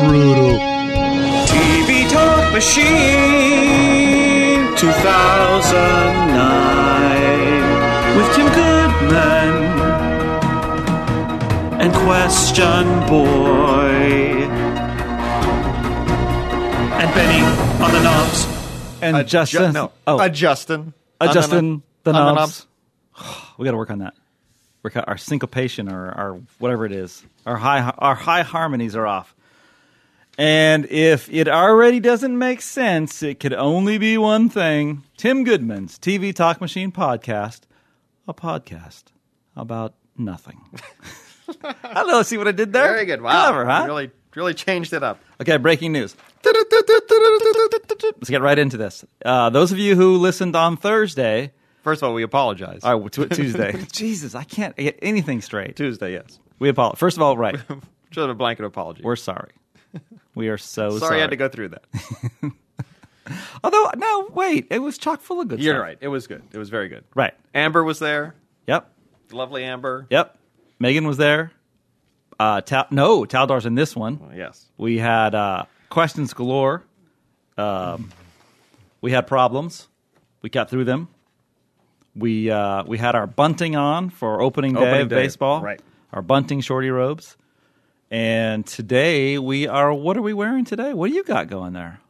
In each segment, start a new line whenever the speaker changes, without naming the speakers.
brutal.
TV Talk Machine 2009 with Tim Goodman and Question Boy and Benny on the knobs.
And
A Ju-
Justin.
no.
Oh,
A Justin.
uh, Justin, the
on
knobs. We got to work on that. Work out our syncopation or our whatever it is. Our high our high harmonies are off. And if it already doesn't make sense, it could only be one thing. Tim Goodman's TV Talk Machine podcast, a podcast about nothing. I don't know. See what I did there?
Very good. Wow.
Clever, huh?
Really, really changed it up.
Okay, breaking news. Let's get right into this. Uh, those of you who listened on Thursday,
First of all, we apologize.
all right, t- Tuesday. Jesus, I can't get anything straight.
Tuesday, yes.
We apologize. First of all, right,
Just a blanket apology.
we're sorry. We are so sorry.
sorry, I had to go through that.
Although, no, wait, it was chock full of good
You're
stuff.
right. It was good. It was very good.
Right.
Amber was there.
Yep.
Lovely Amber.
Yep. Megan was there. Uh, Tal- no, Taldar's in this one.
Yes.
We had uh, questions galore. Um, we had problems. We got through them. We uh, we had our bunting on for opening day
Opening
of
day,
baseball.
right.
Our bunting shorty robes. And today we are. What are we wearing today? What do you got going there?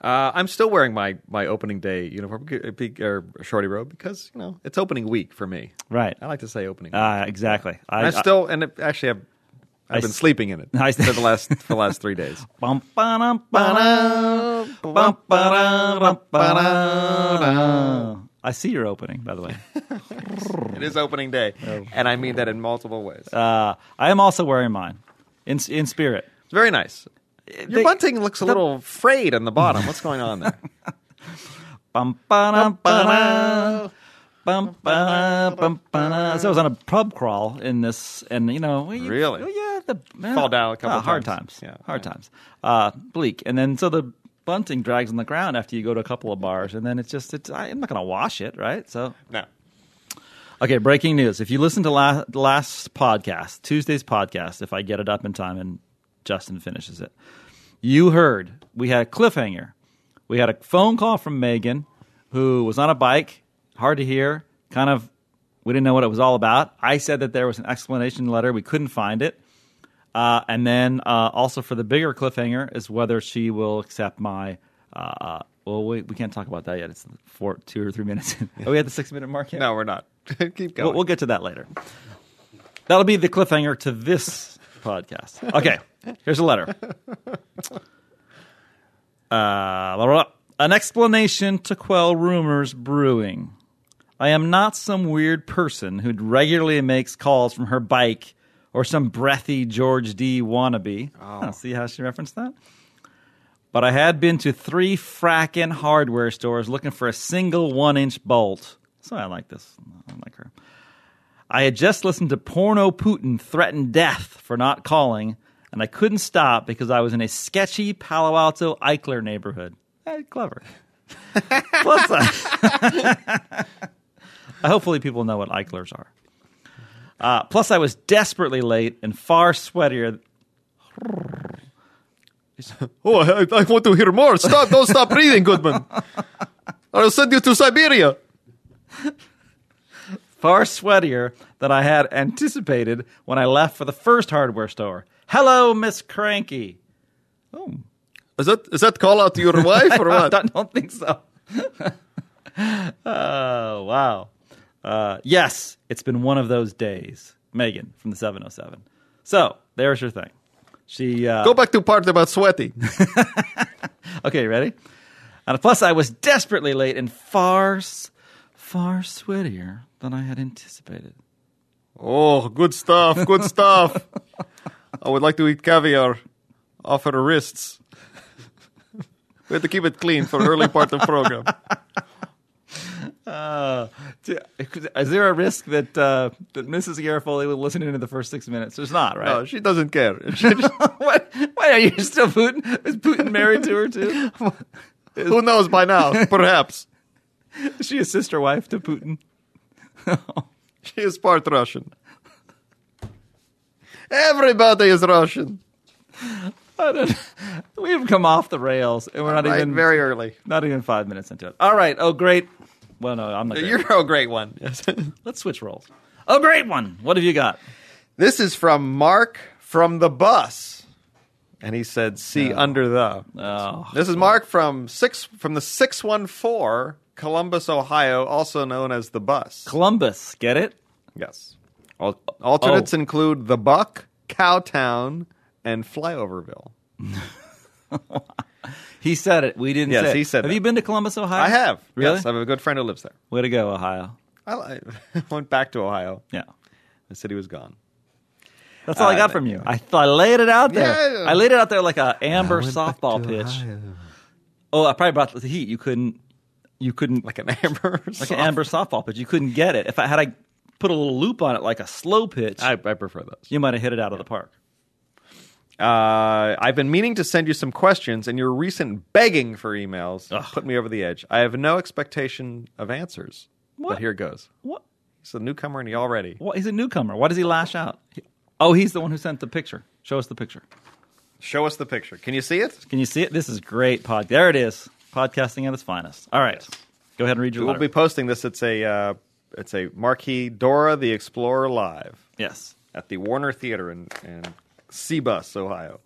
Uh, I'm still wearing my, my opening day uniform c- be- or shorty robe because you know it's opening week for me.
Right.
I like to say opening.
Uh, exactly.
I, still and it, actually I've, I've
I
been
s-
sleeping in it
I s-
for the last for the last three days.
Bum, ba-dum, ba-dum, bum, ba-dum, ba-dum. I see your opening, by the way.
It is opening day, and I mean that in multiple ways.
Uh, I am also wearing mine in in spirit.
it's very nice. Your
they-
bunting looks a little frayed on the bottom. What's going on there?
Bum, ba-dum, ba-dum, bum, ba-dum, bum, ba-dum. So I was on a pub crawl in this, and you know, we-
Really?
oh, yeah, the yeah.
Fall down a couple
Ah, hard
times.
times,
Yeah,
hard times, uh, bleak, and then so the bunting drags on the ground after you go to a couple of bars, and then it's just it's I, I'm not going to wash it, right? So
no.
Okay, breaking news. If you listen to la- last podcast, Tuesday's podcast, if I get it up in time and Justin finishes it, you heard we had a cliffhanger. We had a phone call from Megan, who was on a bike, hard to hear, kind of, we didn't know what it was all about. I said that there was an explanation letter, we couldn't find it. Uh, and then uh, also for the bigger cliffhanger is whether she will accept my. Uh, uh, well, we, we can't talk about that yet. It's four, two or three minutes. in. Are we at the six minute mark yet?
No, we're not. Keep going.
We'll, we'll get to that later. That'll be the cliffhanger to this podcast. Okay, here's a letter. Uh, blah, blah, blah. An explanation to quell rumors brewing. I am not some weird person who regularly makes calls from her bike or some breathy George D. wannabe.
Oh.
Huh, see how she referenced that? But I had been to three frackin' hardware stores looking for a single one inch bolt. So I like this. I like her. I had just listened to Porno Putin threaten death for not calling, and I couldn't stop because I was in a sketchy Palo Alto Eichler neighborhood. Eh, clever. Plus, I, hopefully people know what Eichlers are. Uh, plus, I was desperately late and far sweatier.
Oh, I, I want to hear more. Stop! Don't stop breathing, Goodman. I'll send you to Siberia.
far sweatier than I had anticipated when I left for the first hardware store. Hello, Miss Cranky. Oh,
Is that is that call out to your wife or
I
what?
don't, don't think so. oh, wow. Uh, yes, it's been one of those days. Megan from the 707. So there's your thing. She uh,
Go back to part about sweaty.
Okay, you ready? And plus, I was desperately late and far, s- far sweatier than I had anticipated.
Oh, good stuff. Good stuff. I would like to eat caviar off her wrists. We had to keep it clean for early part of program.
Do- Uh, Is there a risk that uh, that Mrs. Garofoli will listen into the first six minutes? There's not,
No,
right?
she doesn't care. She-
what? Why are you still Putin? Is Putin married to her too?
who knows by now? Perhaps
Is she a sister wife to Putin?
she is part Russian. Everybody is Russian.
We've come off the rails, and we're not
Right,
even
very early.
not even five minutes into it. All right. Oh, great. Well, no, I'm not. Great.
You're a great one.
Let's switch roles. Oh, great one. What have you got?
this is from Mark from the bus, and he said, "See under the."
Oh,
This is Mark from six from the six one four Columbus, Ohio, also known as the bus.
Columbus. Get it?
Yes. Al- alternates
oh.
include the Buck, Cowtown, and Flyoverville.
He said it. We didn't.
Yes,
say it.
he said
Have
that.
you been to Columbus, Ohio?
I have
Really?
Yes, I have a good friend who lives there.
Way to go, Ohio.
I li- went back to Ohio.
Yeah.
The city was gone.
That's all I
Uh,
got from you. I th- I laid it out there.
Yeah.
I laid it out there like a amber softball pitch. Oh, I probably brought the heat. You couldn't. You couldn't
like an amber.
like an amber softball pitch. You couldn't get it. If I had I put a little loop on it like a slow pitch,
I, I prefer those.
you might have hit it out of the park.
Uh, I've been meaning to send you some questions, and your recent begging for emails put me over the edge. I have no expectation of answers,
What?
but here goes.
What?
He's a newcomer, and he already
Well, he's a newcomer. Why does he lash out? He- Oh, he's the one who sent the picture. Show us the picture.
show us the picture. Can you see it?
Can you see it? This is great. Pod. There it is. Podcasting at its finest. All right. Go ahead and read your
We'll
letter.
be posting this. It's a uh, it's a marquee Dora the Explorer live.
yes.
at the Warner Theater in, in Seabus, Ohio.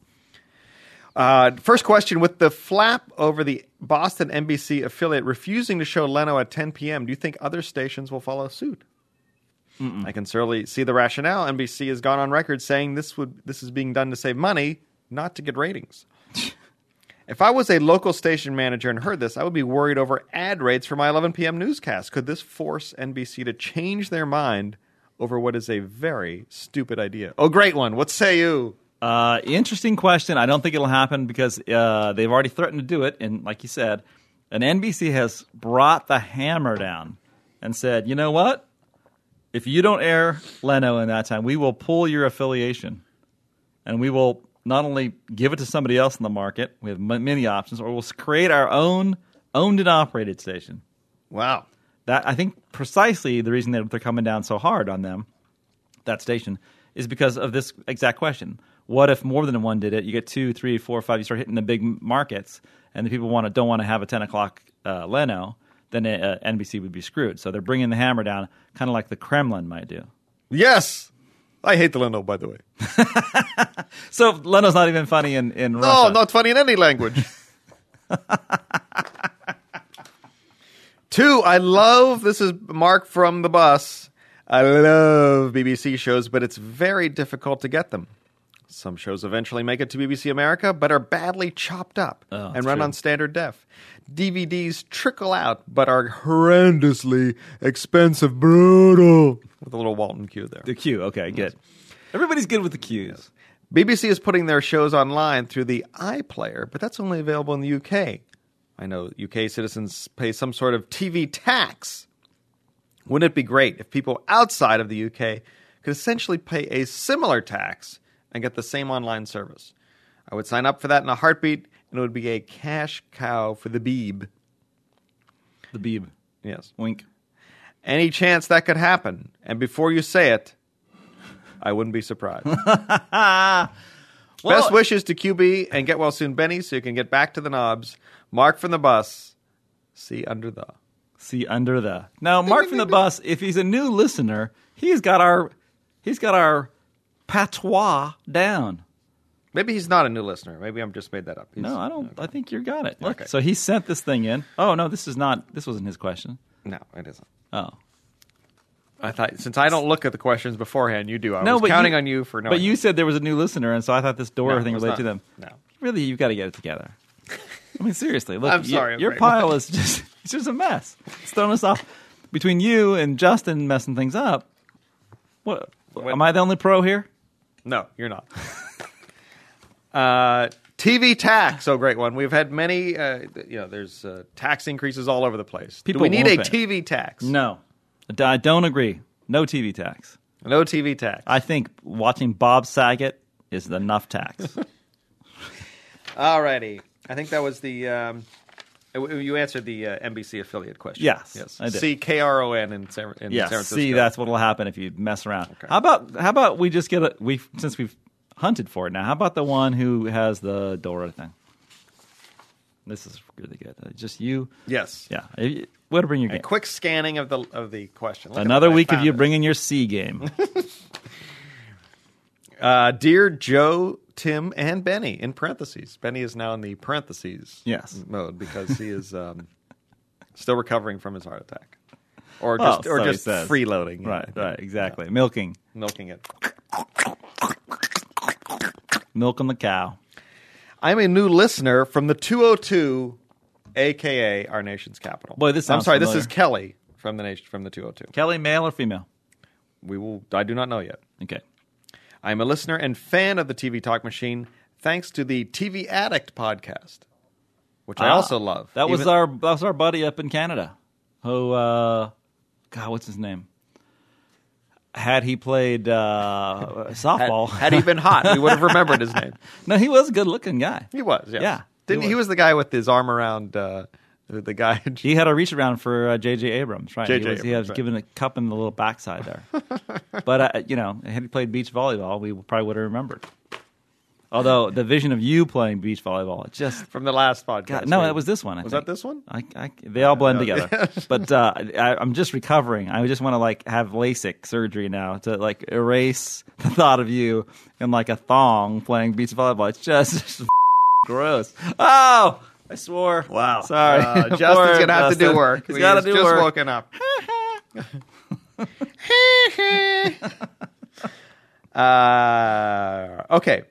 Uh, first question with the flap over the Boston NBC affiliate refusing to show Leno at 10 p.m., do you think other stations will follow suit? I can certainly see the rationale. NBC has gone on record saying this would this is being done to save money, not to get ratings. if I was a local station manager and heard this, I would be worried over ad rates for my 11 p.m. newscast. Could this force NBC to change their mind over what is a very stupid idea? Oh, great one! What say you?
Uh, interesting question. I don't think it'll happen because uh, they've already threatened to do it. And like you said, an NBC has brought the hammer down and said, you know what? If you don't air Leno in that time, we will pull your affiliation. And we will not only give it to somebody else in the market, we have m- many options, or we'll create our own owned and operated station.
Wow.
That I think precisely the reason that they're coming down so hard on them, that station, is because of this exact question. What if more than one did it? You get two, three, four, five. You start hitting the big m- markets, and the people want to don't want to have a ten o'clock uh, Leno. Then uh, NBC would be screwed. So they're bringing the hammer down, kind of like the Kremlin might do.
Yes. I hate the Leno, by the way.
So Leno's not even funny in in
No,
Russia.
not funny in any language. Two, I love this is Mark from the bus. I love BBC shows, but it's very difficult to get them. Some shows eventually make it to BBC America, but are badly chopped up
Oh,
and
that's
run
true.
on standard def. DVDs trickle out, but are horrendously expensive, brutal. With a little Walton cue there.
the Q. Okay, good. Everybody's good with the Qs.
BBC is putting their shows online through the iPlayer, but that's only available in the UK. I know UK citizens pay some sort of TV tax. Wouldn't it be great if people outside of the UK could essentially pay a similar tax and get the same online service? I would sign up for that in a heartbeat, and it would be a cash cow for the Beeb.
The Beeb.
Yes.
Wink.
Any chance that could happen? And before you say it, I wouldn't be surprised. Best wishes to QB and get well soon, Benny, so you can get back to the knobs. Mark from the bus. See under the.
See under the now. Mark from the bus. If he's a new listener, he's got our he's got our patois down.
Maybe he's not a new listener. Maybe I'm just made that up. He's-
No, I don't. I think you got it. Look,
Okay.
so he sent this thing in. Oh no, this is not. This wasn't his question.
No, it isn't.
Oh
I thought since I don't look at the questions beforehand, you do. I
no,
was counting on you for knowing.
But you said there was a new listener, and so I thought this door
No,
thing
it was
related to them.
not. No.
Really, you've got to get it together. I mean, seriously. Look,
I'm
y-
sorry, I'm
your
very-
pile is just it's just a mess. It's throwing us off. Between you and Justin messing things up, what,
What-
am I the only pro here?
No, you're not. uh, TV tax, oh great one. We've had many. Uh, th- you know, there's uh, tax increases all over the place.
People
do we need a
won't pay.
TV tax?
No, I don't agree. No TV tax.
no TV tax.
I think watching Bob Saget is enough tax.
Alrighty. I think that was the. Um, w- you answered the uh, NBC affiliate question.
Yes,
Yes.
I did.
C K R O N in San, in San
yes,
Francisco.
see, that's what will happen if you mess around. How about how about we just get a we since we've hunted for it. Now, how about the one who has the Dora thing? This is really good. Uh, Just you.
Yes.
Yeah. Eh, Way to bring your
A
game.
quick scanning of the of the question. Look at
Another
that, I
week of
found
you
it.
bringing your C game.
Uh, dear Joe, Tim, and Benny in parentheses. Benny is now in the parentheses
Yes.
mode because he is um, still recovering from his heart attack, or
Well,
just or
so he
just
says.
freeloading,
right. Right. Exactly. Milking.
milking it.
Milking the cow.
I'm a new listener from the 202, aka our nation's capital.
Boy, this
I'm
sounds
sorry,
familiar.
this is Kelly from the nation from the 202.
Kelly, male or female?
We will. I do not know yet.
Okay.
I'm a listener and fan of the TV Talk Machine, thanks to the TV Addict podcast, which I
Ah,
also love.
That was
Even-
our that was our buddy up in Canada. Who uh God, what's his name? Had he played uh softball.
Had, had he been hot, we would have remembered his name.
no, he was a good looking guy.
He was, yes.
Yeah,
Didn't
he
he, was. the guy with his arm around uh, the guy?
He had a reach around for uh, J.J. Abrams, right?
J.J.
He was, he
Abrams,
was
right.
given a cup in the little backside there. but uh, you know, had he played beach volleyball, we probably would have remembered. Although the vision of you playing beach volleyball, it just
from the last podcast.
God, no,
right?
that was this one. Uh, I
Was
think.
that this one?
I, I, they all blend
Yeah.
together. but uh, I, I'm just recovering. I just want to like have LASIK surgery now to like erase the thought of you in like a thong playing beach volleyball. It's just gross. Oh, I swore.
Wow.
Sorry.
Uh, Justin's
Poor
going to have to do
Justin.
work.
He's got to
He's
do
just
work.
woken up. uh, okay.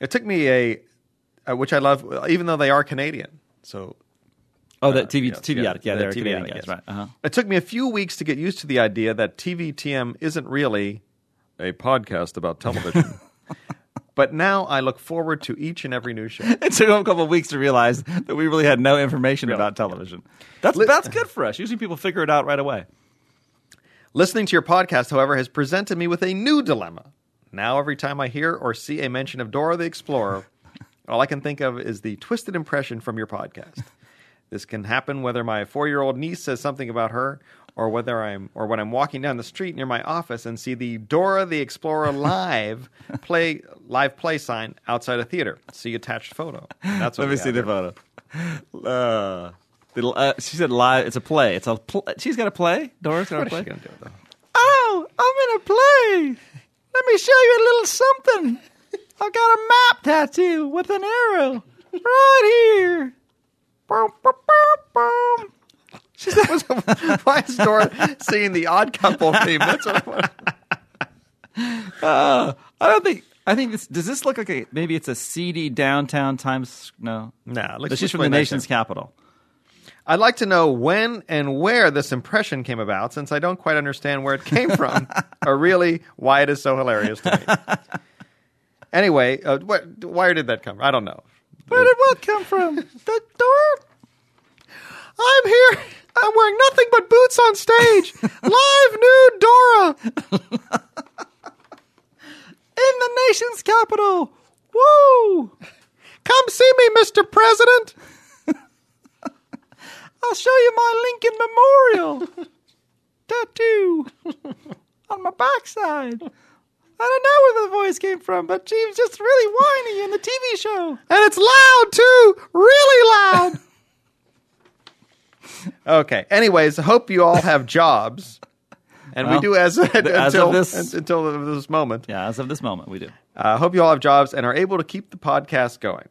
It took me a, uh, which I love, even though they are Canadian. So
Oh, that TV,
Yes,
TV addict. Yeah,
the
they're
TV
Canadian
addict,
guys,
yes.
right? Uh-huh.
It took me a few weeks to get used to the idea that TVTM isn't really a podcast about television. but now I look forward to each and every new show.
It took them a couple of weeks to realize that we really had no information
Really,
about television. That's that's good for us. Usually, people figure it out right away.
Listening to your podcast, however, has presented me with a new dilemma. Now, every time I hear or see a mention of Dora the Explorer, all I can think of is the twisted impression from your podcast. This can happen whether my four-year-old niece says something about her, or whether I'm, or when I'm walking down the street near my office and see the Dora the Explorer live play live play sign outside a theater. See attached photo. That's what
Let
we
me see
have
the
here.
photo. Uh, the- uh, she said live. It's a play. It's a. Pl- she's got a play. Dora's got a
What is
play.
she gonna do with that?
oh, I'm in a play. Let me show you a little something. I've got a map tattoo with an arrow right here. Boom, boom, boom, boom.
Why is Dora singing the Odd Couple theme? That's what I want.
Uh, I don't think. I think this does this look like a maybe it's a seedy downtown Times no
Nah,
It's just from the nation's capital.
I'd like to know when and where this impression came about, since I don't quite understand where it came from, or really why it is so hilarious to me. Anyway, uh, what, where did that come from? I don't know.
Where did what come from? the door.
I'm here. I'm wearing nothing but boots on stage. Live nude Dora.
in the nation's capital. Woo!
Come see me, Mr. President.
I'll show you my Lincoln Memorial tattoo on my backside. I don't know where the voice came from, but she was just really whiny in the TV show.
And it's loud, too. Really loud. okay. Anyways, hope you all have jobs. And
Well,
we do as, until,
this-
until this moment.
Yeah, as of this moment, we do.
I hope you all have jobs and are able to keep the podcast going.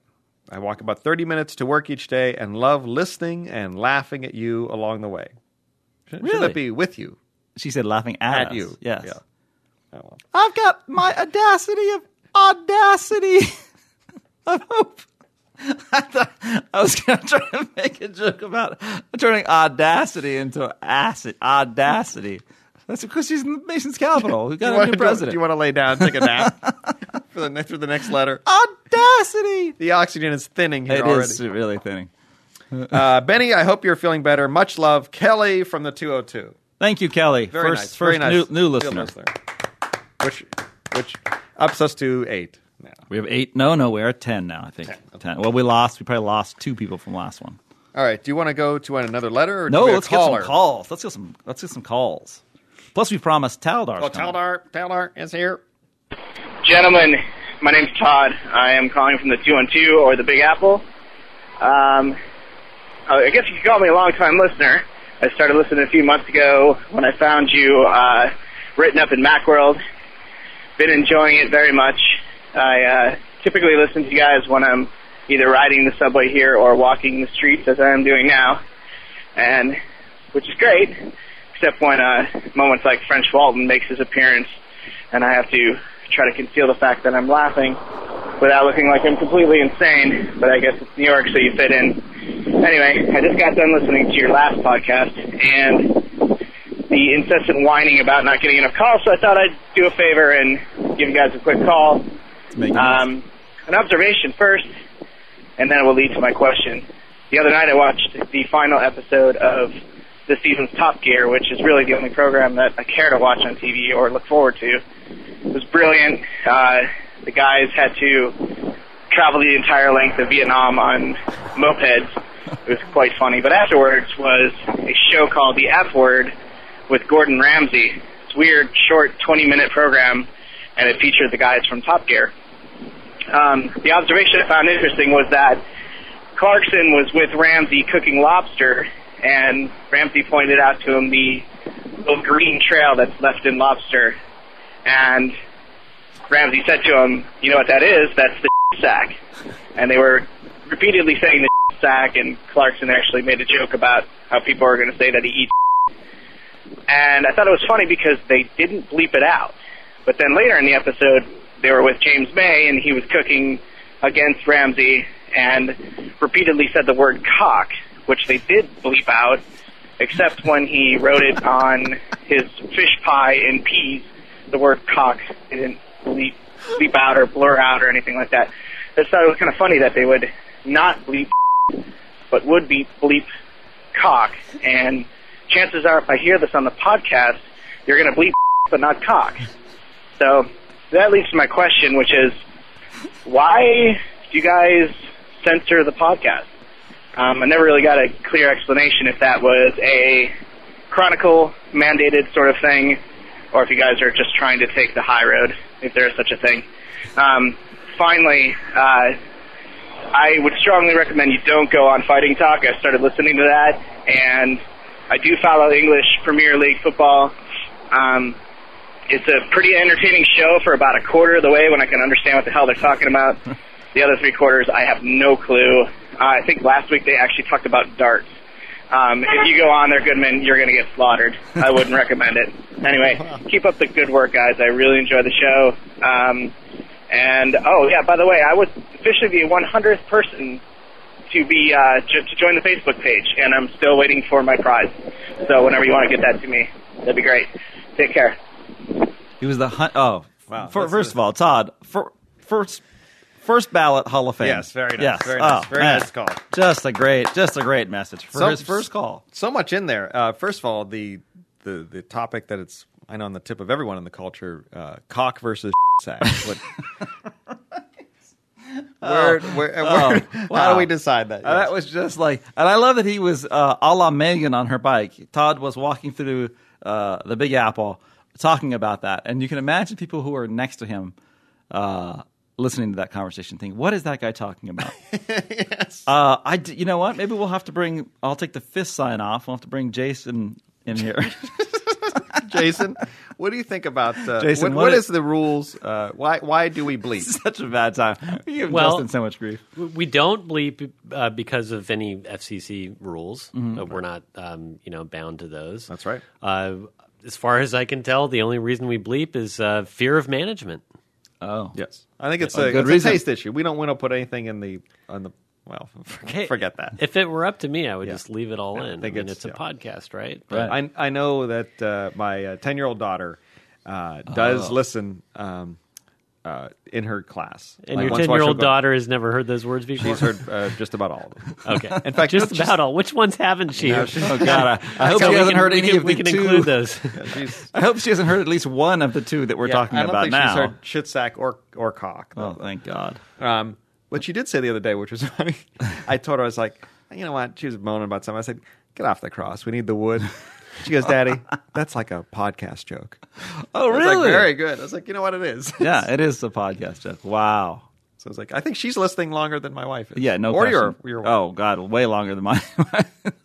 I walk about 30 minutes to work each day and love listening and laughing at you along the way. Should, should
Really?
that be with you?
She said, laughing at,
At
us.
you.
Yes.
Yeah. Oh, well.
I've got my audacity of audacity of hope. I thought I was going to try to make a joke about turning audacity into acid. Audacity. That's because she's in the nation's capital. We got a
wanna-
new president.
Do you want to lay down, take a nap for the, next- for the next letter?
audacity.
The oxygen is thinning here
It
already.
is really thinning.
Uh, Benny, I hope you're feeling better. Much love, Kelly from the 202.
Thank you, Kelly.
Very
first,
nice. Very
first
nice.
new, new
Real
listener.
Which, which ups us to eight now.
We have eight. No, no, we're at ten now. I think ten. Well, we lost. We probably lost two people from last one.
All right. Do you want to go to another letter? Or do
No,
we have
let's
caller?
get some calls. Let's get some. Let's get some calls. Plus, we promised Taldar.
Oh, Taldar, Taldar is here.
Gentlemen, my name's Todd. I am calling from the 212 or the Big Apple. Um, I guess you could call me a long-time listener. I started listening a few months ago when I found you uh, written up in Macworld. Been enjoying it very much. I uh, typically listen to you guys when I'm either riding the subway here or walking the streets as I am doing now, and which is great, except when uh, moments like French Walton makes his appearance, and I have to try to conceal the fact that I'm laughing without looking like I'm completely insane, but I guess it's New York, so you fit in. Anyway, I just got done listening to your last podcast and the incessant whining about not getting enough calls, so I thought I'd do a favor and give you guys a quick call.
making
Um, an observation first, and then it will lead to my question. The other night I watched the final episode of this season's Top Gear, which is really the only program that I care to watch on TV or look forward to. It was brilliant. Uh, the guys had to travel the entire length of Vietnam on mopeds. It was quite funny. But afterwards was a show called The F Word with Gordon Ramsay. It's a weird, short, 20-minute program, and it featured the guys from Top Gear um, the observation I found interesting was that Clarkson was with Ramsey cooking lobster, and Ramsey pointed out to him the little green trail that's left in lobster. And Ramsey said to him, You know what that is? That's the sack. And they were repeatedly saying the sack, and Clarkson actually made a joke about how people are going to say that he eats. And I thought it was funny because they didn't bleep it out. But then later in the episode, they were with James May, and he was cooking against Ramsey and repeatedly said the word cock, which they did bleep out, except when he wrote it on his fish pie and peas. The word cock they didn't bleep, bleep out or blur out or anything like that. I just thought it was kind of funny that they would not bleep but would be bleep cock. And chances are, if I hear this on the podcast, you're going to bleep but not cock. So that leads to my question, which is why do you guys censor the podcast? Um, I never really got a clear explanation if that was a chronicle mandated sort of thing, or if you guys are just trying to take the high road, if there is such a thing. Um, finally, uh, I would strongly recommend you don't go on Fighting Talk. I started listening to that, and I do follow English Premier League football. Um, it's a pretty entertaining show for about a quarter of the way when I can understand what the hell they're talking about. The other three quarters, I have no clue. Uh, I think last week they actually talked about darts. Um, if you go on there, Goodman, you're going to get slaughtered. I wouldn't recommend it. Anyway, keep up the good work, guys. I really enjoy the show. Um, and oh yeah, by the way, I was officially the 100th person to be uh, j- to join the Facebook page, and I'm still waiting for my prize. So whenever you want to get that to me, that'd be great. Take care.
He was the hun- oh
Wow,
fir-
that's
first
a-
of all, Todd fir- first first ballot Hall of Fame.
Yes, very nice,
Yes.
very nice,
Oh,
very
man.
nice call.
Just a great, just a great message for
Some-
his first call.
so much in there. Uh, first of all, the the the topic that it's I know on the tip of everyone in the culture: uh, cock versus sack. What, where, where, where- How
Oh. wow.
do we decide that?
Uh, That was just like, and I love that he was uh, a la Megan on her bike. Todd was walking through uh, the Big Apple talking about that, and you can imagine people who are next to him uh, listening to that conversation, thinking, "What is that guy talking about?" uh, I, d- you know what? Maybe we'll have to bring. I'll take the fist sign off. We'll have to bring Jason in here.
Jason, what do you think about uh,
Jason,
what,
what
what
is-
is the rules? Uh, why why do we bleep?
Such a bad time. You give
Well-
Justin so much grief.
We don't bleep uh, because of any FCC rules. Uh, we're not, um, you know, bound to those.
Mm-hmm. That's right.
Uh, as far as I can tell, the only reason we bleep is uh, fear of management.
Oh,
Yes, I think it's
A
a,
good
it's a
reason.
taste issue. We don't want to put anything in the on the well.
Hey,
Forget, forget that.
If it were up to me, I would
Yeah.
just leave it all in. I,
think
mean,
it's-
it's, a
yeah.
podcast, right?
Right.
I I know that uh, my ten year old daughter uh, does listen um, uh, in her class.
And
Like,
your
once in a
ten
while
year
she'll
old
go-
daughter has never heard those words before.
She's heard uh, just about all of them.
Okay.
In fact,
just
just-
about all. Which ones haven't she?
oh God! I, I hope
So
she
we can-
hasn't heard
we
any
can-
of the
We can
two.
include those.
She's
I hope she hasn't heard at least one of the two that we're talking
I don't
about
think
now.
she's heard shit sack or or cock.
Oh, thank God.
Um, what she did say the other day, which was funny, I told her I was like, you know what? She was moaning about something. I said, get off the cross. We need the wood. She goes, Daddy, that's like a podcast joke.
Oh,
I was
really?
like, Very good. I was like, you know what it is.
yeah, it is the podcast joke. Wow.
So I was like, I think she's listening longer than my wife is.
Yeah, no.
Or
question.
your your wife.
Oh God, way longer than mine.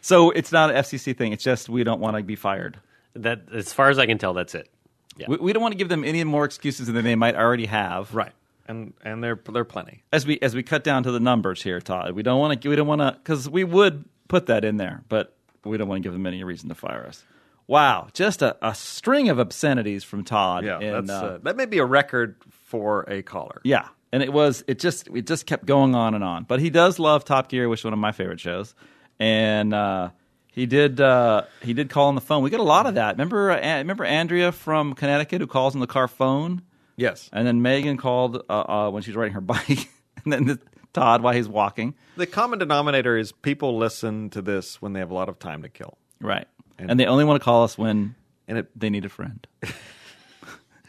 so it's not an FCC thing. It's just we don't want to be fired.
That, as far as I can tell, that's it. Yeah.
We, we don't want to give them any more excuses than they might already have.
right. And and there there are plenty.
As we as we cut down to the numbers here, Todd, we don't want to we don't want to because we would put that in there, but we don't want to give them any reason to fire us. Wow, just a, a string of obscenities from Todd.
Yeah,
and,
that's
uh,
uh, that may be a record for a caller.
Yeah, and it was it just it just kept going on and on. But he does love Top Gear, which is one of my favorite shows, and uh, he did uh, he did call on the phone. We get a lot of that. Remember uh, An- remember Andrea from Connecticut who calls on the car phone,
Yes.
and then Megan called uh, uh, when she's riding her bike, and then the, Todd while he's walking.
The common denominator is people listen to this when they have a lot of time to kill.
Right, and,
And-
they only want to call us when
And it
they need a friend.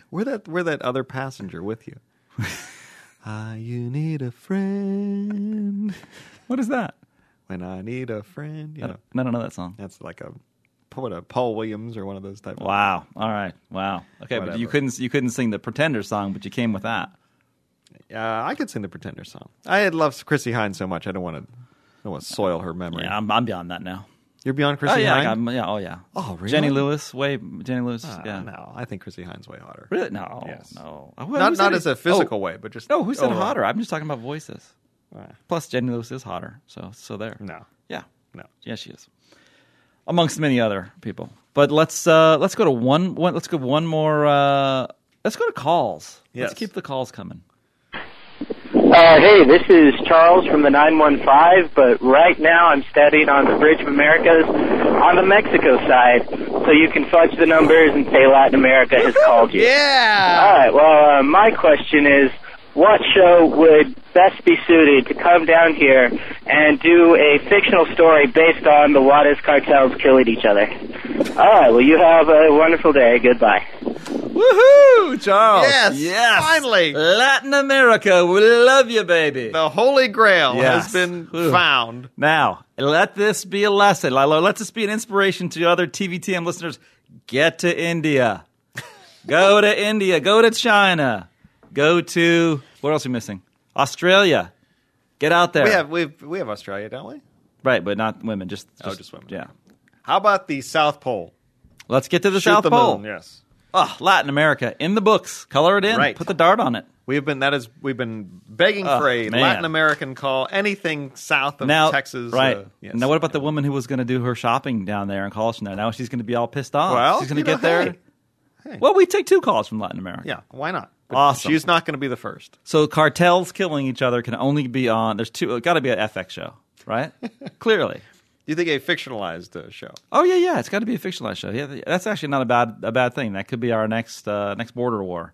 we're that we're that other passenger with you. Ah, you need a friend.
What is that?
When I need a friend, you
I
know.
don't, I don't know that song.
That's like a what a Paul Williams or one of those type. Of,
Wow. All right. Wow. Okay, but you
Whatever.
couldn't you couldn't sing the Pretender song, but you came with that.
uh, I could sing the Pretender song. I had loved Chrissy Hines so much. I don't want to. I don't want to soil her memory.
Yeah, I'm, I'm beyond that now.
You're beyond Chrissy
oh yeah, I
Hines.
got- yeah, oh yeah.
Oh, really?
Jenny Lewis, way Jenny Lewis.
Ah,
yeah,
No, I think Chrissy Hines way hotter.
really? No,
Yes.
no. Oh, well, who
Not
said
not
it-
as a physical
Oh,
way, but just
No, who said
overall.
hotter? I'm just talking about voices.
Ah,
Plus, Jenny Lewis is hotter, so so there.
No,
Yeah,
no.
yeah, she is. Amongst many other people, but let's uh, let's go to one, one. Let's go one more. Uh, let's go to calls.
Yes.
Let's keep the calls coming.
Uh, hey, this is Charles from the 915, but right now I'm studying on the Bridge of Americas on the Mexico side, so you can fudge the numbers and say Latin America has called you.
Yeah.
All right, well, uh, my question is what show would best be suited to come down here and do a fictional story based on the Juarez cartels killing each other? All right, well, you have a wonderful day. Goodbye.
Woohoo, Charles!
Yes,
yes,
finally.
Latin America, we love you, baby.
The Holy Grail has
Yes.
been
Ooh.
found.
Now, let this be a lesson. Lalo, let this be an inspiration to other TVTM listeners. Get to India. Go to India. Go to China. Go to, what else are we missing? Australia. Get out there.
We have we've, we have Australia, don't we?
right, but not women. Just, just
Oh, just women.
Yeah.
How about the South Pole?
Let's get to the
Shoot
South
the
Pole.
moon, yes.
Oh, Latin America. In the books. Color it in.
Right.
Put the dart on it.
We've been that is we've been begging
Oh,
for a
man.
Latin American call. Anything south of
Now,
Texas,
right?
uh, yes.
Now, what about the woman who was going to do her shopping down there and call us from there? Now she's going to be all pissed off.
Well,
she's going to
you know,
get there.
hey. Hey.
Well, we take two calls from Latin America.
Yeah, why not?
Awesome.
She's not going to be the first.
So cartels killing each other can only be on. There's two. Got to be an FX show, right? Clearly.
You think a fictionalized uh, show?
Oh yeah, yeah. It's got to be a fictionalized show. Yeah, that's actually not a bad a bad thing. That could be our next uh, next border war.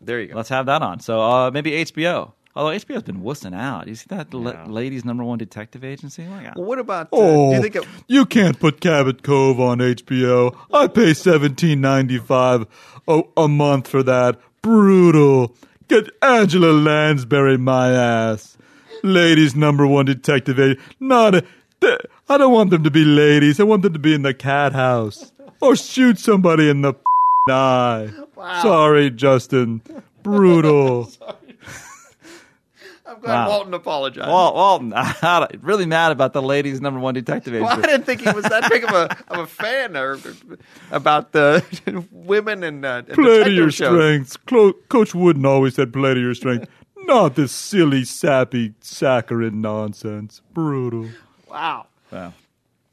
There you go.
Let's have that on. So uh, maybe HBO. Although HBO's been wussing out. You see that la- ladies' number one detective agency? Like, uh,
Well, what about? Uh,
Oh,
do you think? It,
you can't put Cabot Cove on HBO. I pay seventeen ninety five a, a month for that. Brutal. Get Angela Lansbury my ass. Ladies number one detective. eh? Not. A, th- I don't want them to be ladies. I want them to be in the cat house or shoot somebody in the eye. Sorry, Justin. Brutal.
I'm glad
Wow.
Walton apologized.
Wal- Walton, Oh, really mad about the ladies' number one detective
Well, I
agency.
didn't think he was that big of a of a fan or about the women and uh, and
play to
detective
your
shows.
strengths. Clo- Coach Wooden always said, play to your strengths. Not this silly, sappy, saccharine nonsense. Brutal.
Wow.
Wow.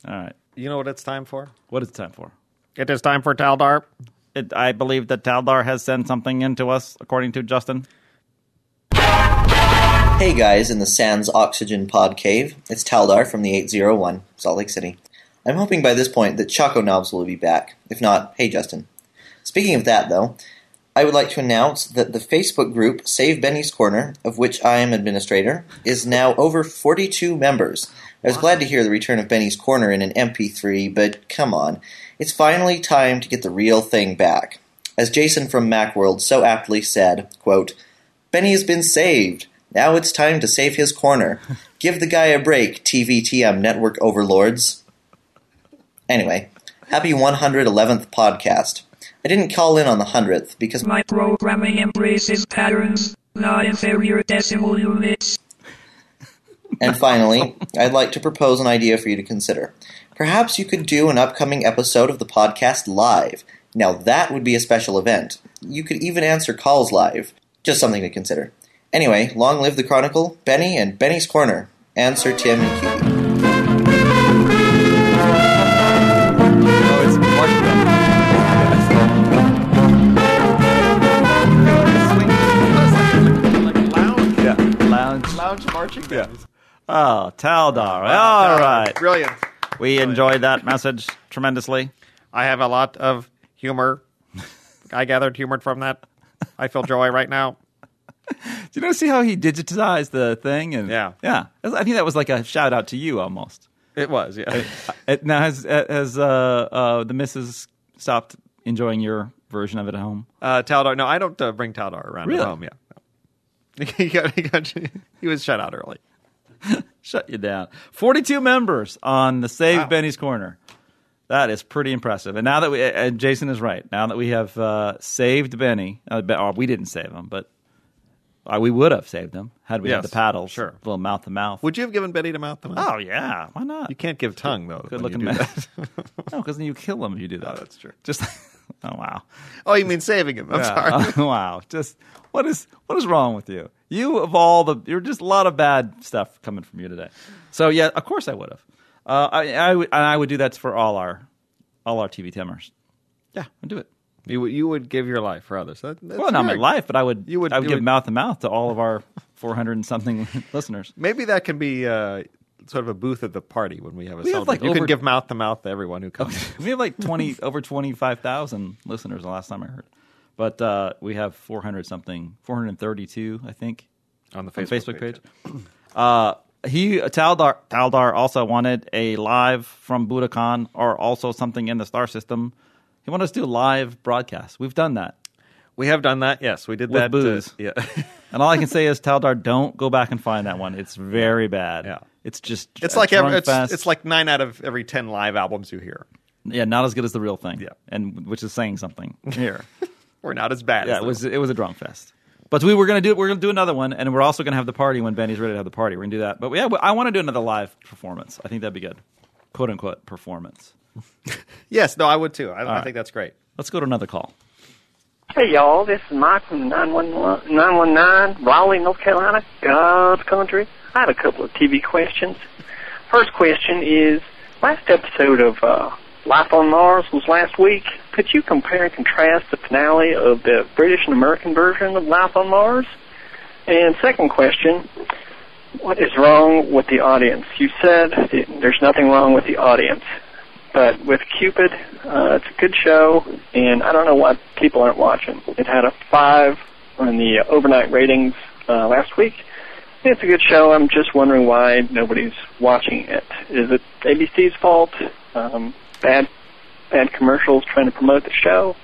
All right.
You know what it's time for?
What is it time for?
It is time for Taldarp.
It, I believe that Taldar has sent something in to us, according to Justin.
Hey guys in the Sans Oxygen Pod Cave, it's Taldar from the 801, Salt Lake City. I'm hoping by this point that Choco Knobs will be back. If not, hey Justin. Speaking of that though, I would like to announce that the Facebook group Save Benny's Corner, of which I am administrator, is now over 42 members. I was glad to hear the return of Benny's Corner in an MP3, but come on. It's finally time to get the real thing back. As Jason from Macworld so aptly said, quote, Benny has been saved. Now it's time to save his corner. Give the guy a break, TVTM network overlords. Anyway, happy 111th podcast. I didn't call in on the 100th because
My programming embraces patterns, not inferior decimal units.
And finally, I'd like to propose an idea for you to consider. Perhaps you could do an upcoming episode of the podcast live. Now, that would be a special event. You could even answer calls live. Just something to consider. Anyway, long live the Chronicle, Benny and Benny's Corner, and Sir Tim and Cutie.
Oh, it's Mark Benny. Like lounge,
Yeah, lounge.
lounge marching bands.
Oh, Taldar. All right.
Brilliant.
We enjoyed that message tremendously.
I have a lot of humor. I gathered humor from that. I feel joy right now.
Did you notice see how he digitized the thing? And
Yeah.
yeah. I think that was like a shout out to you almost.
It was, yeah.
It, now has has uh, uh, the missus stopped enjoying your version of it at home?
Uh, Taldar. No, I don't uh, bring Taldar around
Really?
at home. Yeah. No. he, got, he, got, he was shut out early.
Shut you down. Forty two members on the Save Benny's Corner. That is pretty impressive. And now that we, and Jason is right. Now that we have uh, saved Benny, uh, be- or we didn't save him, but uh, we would have saved him had we had
Yes,
the paddles,
sure.
little mouth to mouth.
Would you have given Betty to mouth the mouth?
Oh yeah, why not?
You can't give tongue, though.
Good
when you
looking
do
man.
that.
no, because then you kill him if you do that.
that's true.
Just oh wow.
Oh, you mean saving him. I'm sorry.
Yeah. Uh, wow. Just what is what is wrong with you? You of all the you're just a lot of bad stuff coming from you today. So yeah, of course I would have. Uh, I I would and I would do that for all our all our TV timers. Yeah, I'd do it.
You, would- you would give your life for others. That, that's
well, not my
good.
life, but I would.
You would-
I would
you
give
would-
mouth to mouth to all of our 400 and something listeners.
Maybe that can be uh, sort of a booth at the party when we have a
We have, like,
celebration. you
over-
can give mouth to mouth to everyone who comes.
We have like 20 over 25,000 listeners the last time I heard, but uh, we have 400 something, 432, I think.
on the
on the Facebook page. uh, he Taldar Taldar also wanted a live from Budokan or also something in the star system. He wanted us to do live broadcasts. We've done that,
We have done that. Yes, we did
With
that. uh,
booze.
yeah.
and all I can say is Taldar, don't go back and find that one. It's very bad.
Yeah.
it's just
It's
a
like every,
drunk
it's,
fest.
it's like nine out of every ten live albums you hear.
yeah, not as good as the real thing.
Yeah.
and which is saying something here.
We're not as bad.
yeah,
as
it
them.
was it was a drunk fest. But we were gonna do we're gonna do another one, and we're also gonna have the party when Benny's ready to have the party. We're gonna do that. But yeah, I want to do another live performance. I think that'd be good, quote unquote performance.
Yes, no, I would too. I, I
right.
think that's great.
Let's go to another call.
Hey y'all, this is Mike from 911 919, Raleigh, North Carolina, God's country. I have a couple of TV questions. First question is, last episode of uh, Life on Mars was last week. Could you compare and contrast the finale of the British and American version of Life on Mars? And second question, what is wrong with the audience? You said that there's nothing wrong with the audience, but with Cupid, uh, it's a good show, and I don't know why people aren't watching. It had a five on the overnight ratings uh, last week. It's a good show. I'm just wondering why nobody's watching it. Is it ABC's fault? Um, bad, bad commercials trying to promote the show.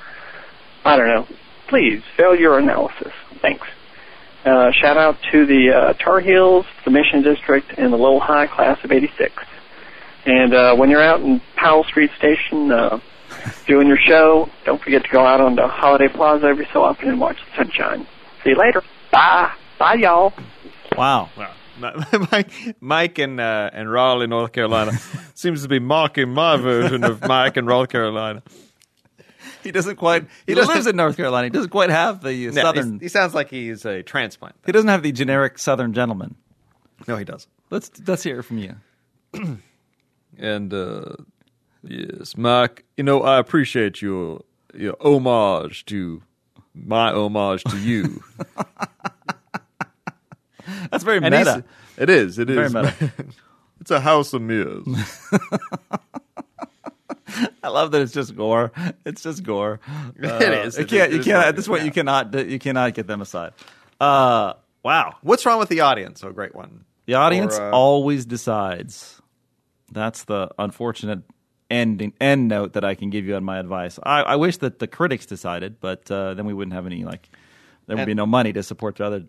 I don't know. Please fail your analysis. Thanks. Uh, shout out to the uh, Tar Heels, the Mission District, and the Lowell High class of '86. And uh, when you're out in Powell Street Station uh, doing your show, don't forget to go out on the Holiday Plaza every so often and watch the sunshine. See you later. Bye. Bye, y'all.
Wow.
Mike, Mike and uh, and Raleigh, North Carolina, seems to be mocking my version of Mike and North Carolina.
He doesn't quite. He,
doesn't-
lives in North Carolina. He doesn't quite have the uh,
Yeah, he's-
southern.
He sounds like he's a transplant.
he doesn't have the generic southern gentleman.
No, he doesn't.
Let's let's hear it from you.
And uh, yes, Mike, you know I appreciate your your homage to my homage to you.
That's very
And he's-
meta.
It is. It
Very
is.
meta.
It's a house of mirrors.
I love that it's just gore. It's just gore. Uh,
It is.
You
It is-
can't. You
it is
can't.
what
At
it
this
is,
point,
yeah.
you cannot. You cannot get them aside. Uh, wow.
What's wrong with the audience? A great one.
The audience
uh,
always decides. That's the unfortunate ending end note that I can give you on my advice. I, I wish that the critics decided, but uh, then we wouldn't have any like. There would
And-
be no money to support the other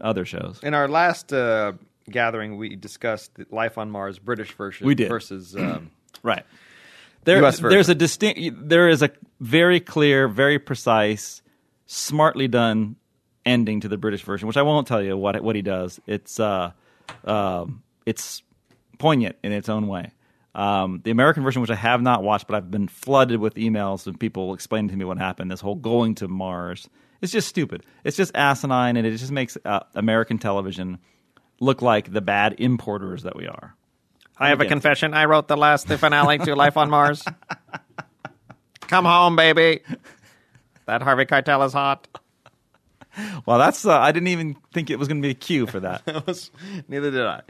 other shows.
In our last uh, gathering, we discussed the Life on Mars British version
We did.
versus um,
Right. There,
US version.
there's a distinct. There is a very clear, very precise, smartly done ending to the British version, which I won't tell you what what he does. It's uh, um, it's poignant in its own way. Um, the American version, which I have not watched, but I've been flooded with emails and people explaining to me what happened. This whole going to Mars. It's just stupid. It's just asinine, and it just makes uh, American television look like the bad importers that we are.
I have a confession. I wrote the last finale to Life on Mars. Come home, baby. That Harvey Keitel is hot.
Well, that's uh, I didn't even think it was going to be a cue for that.
Neither did I.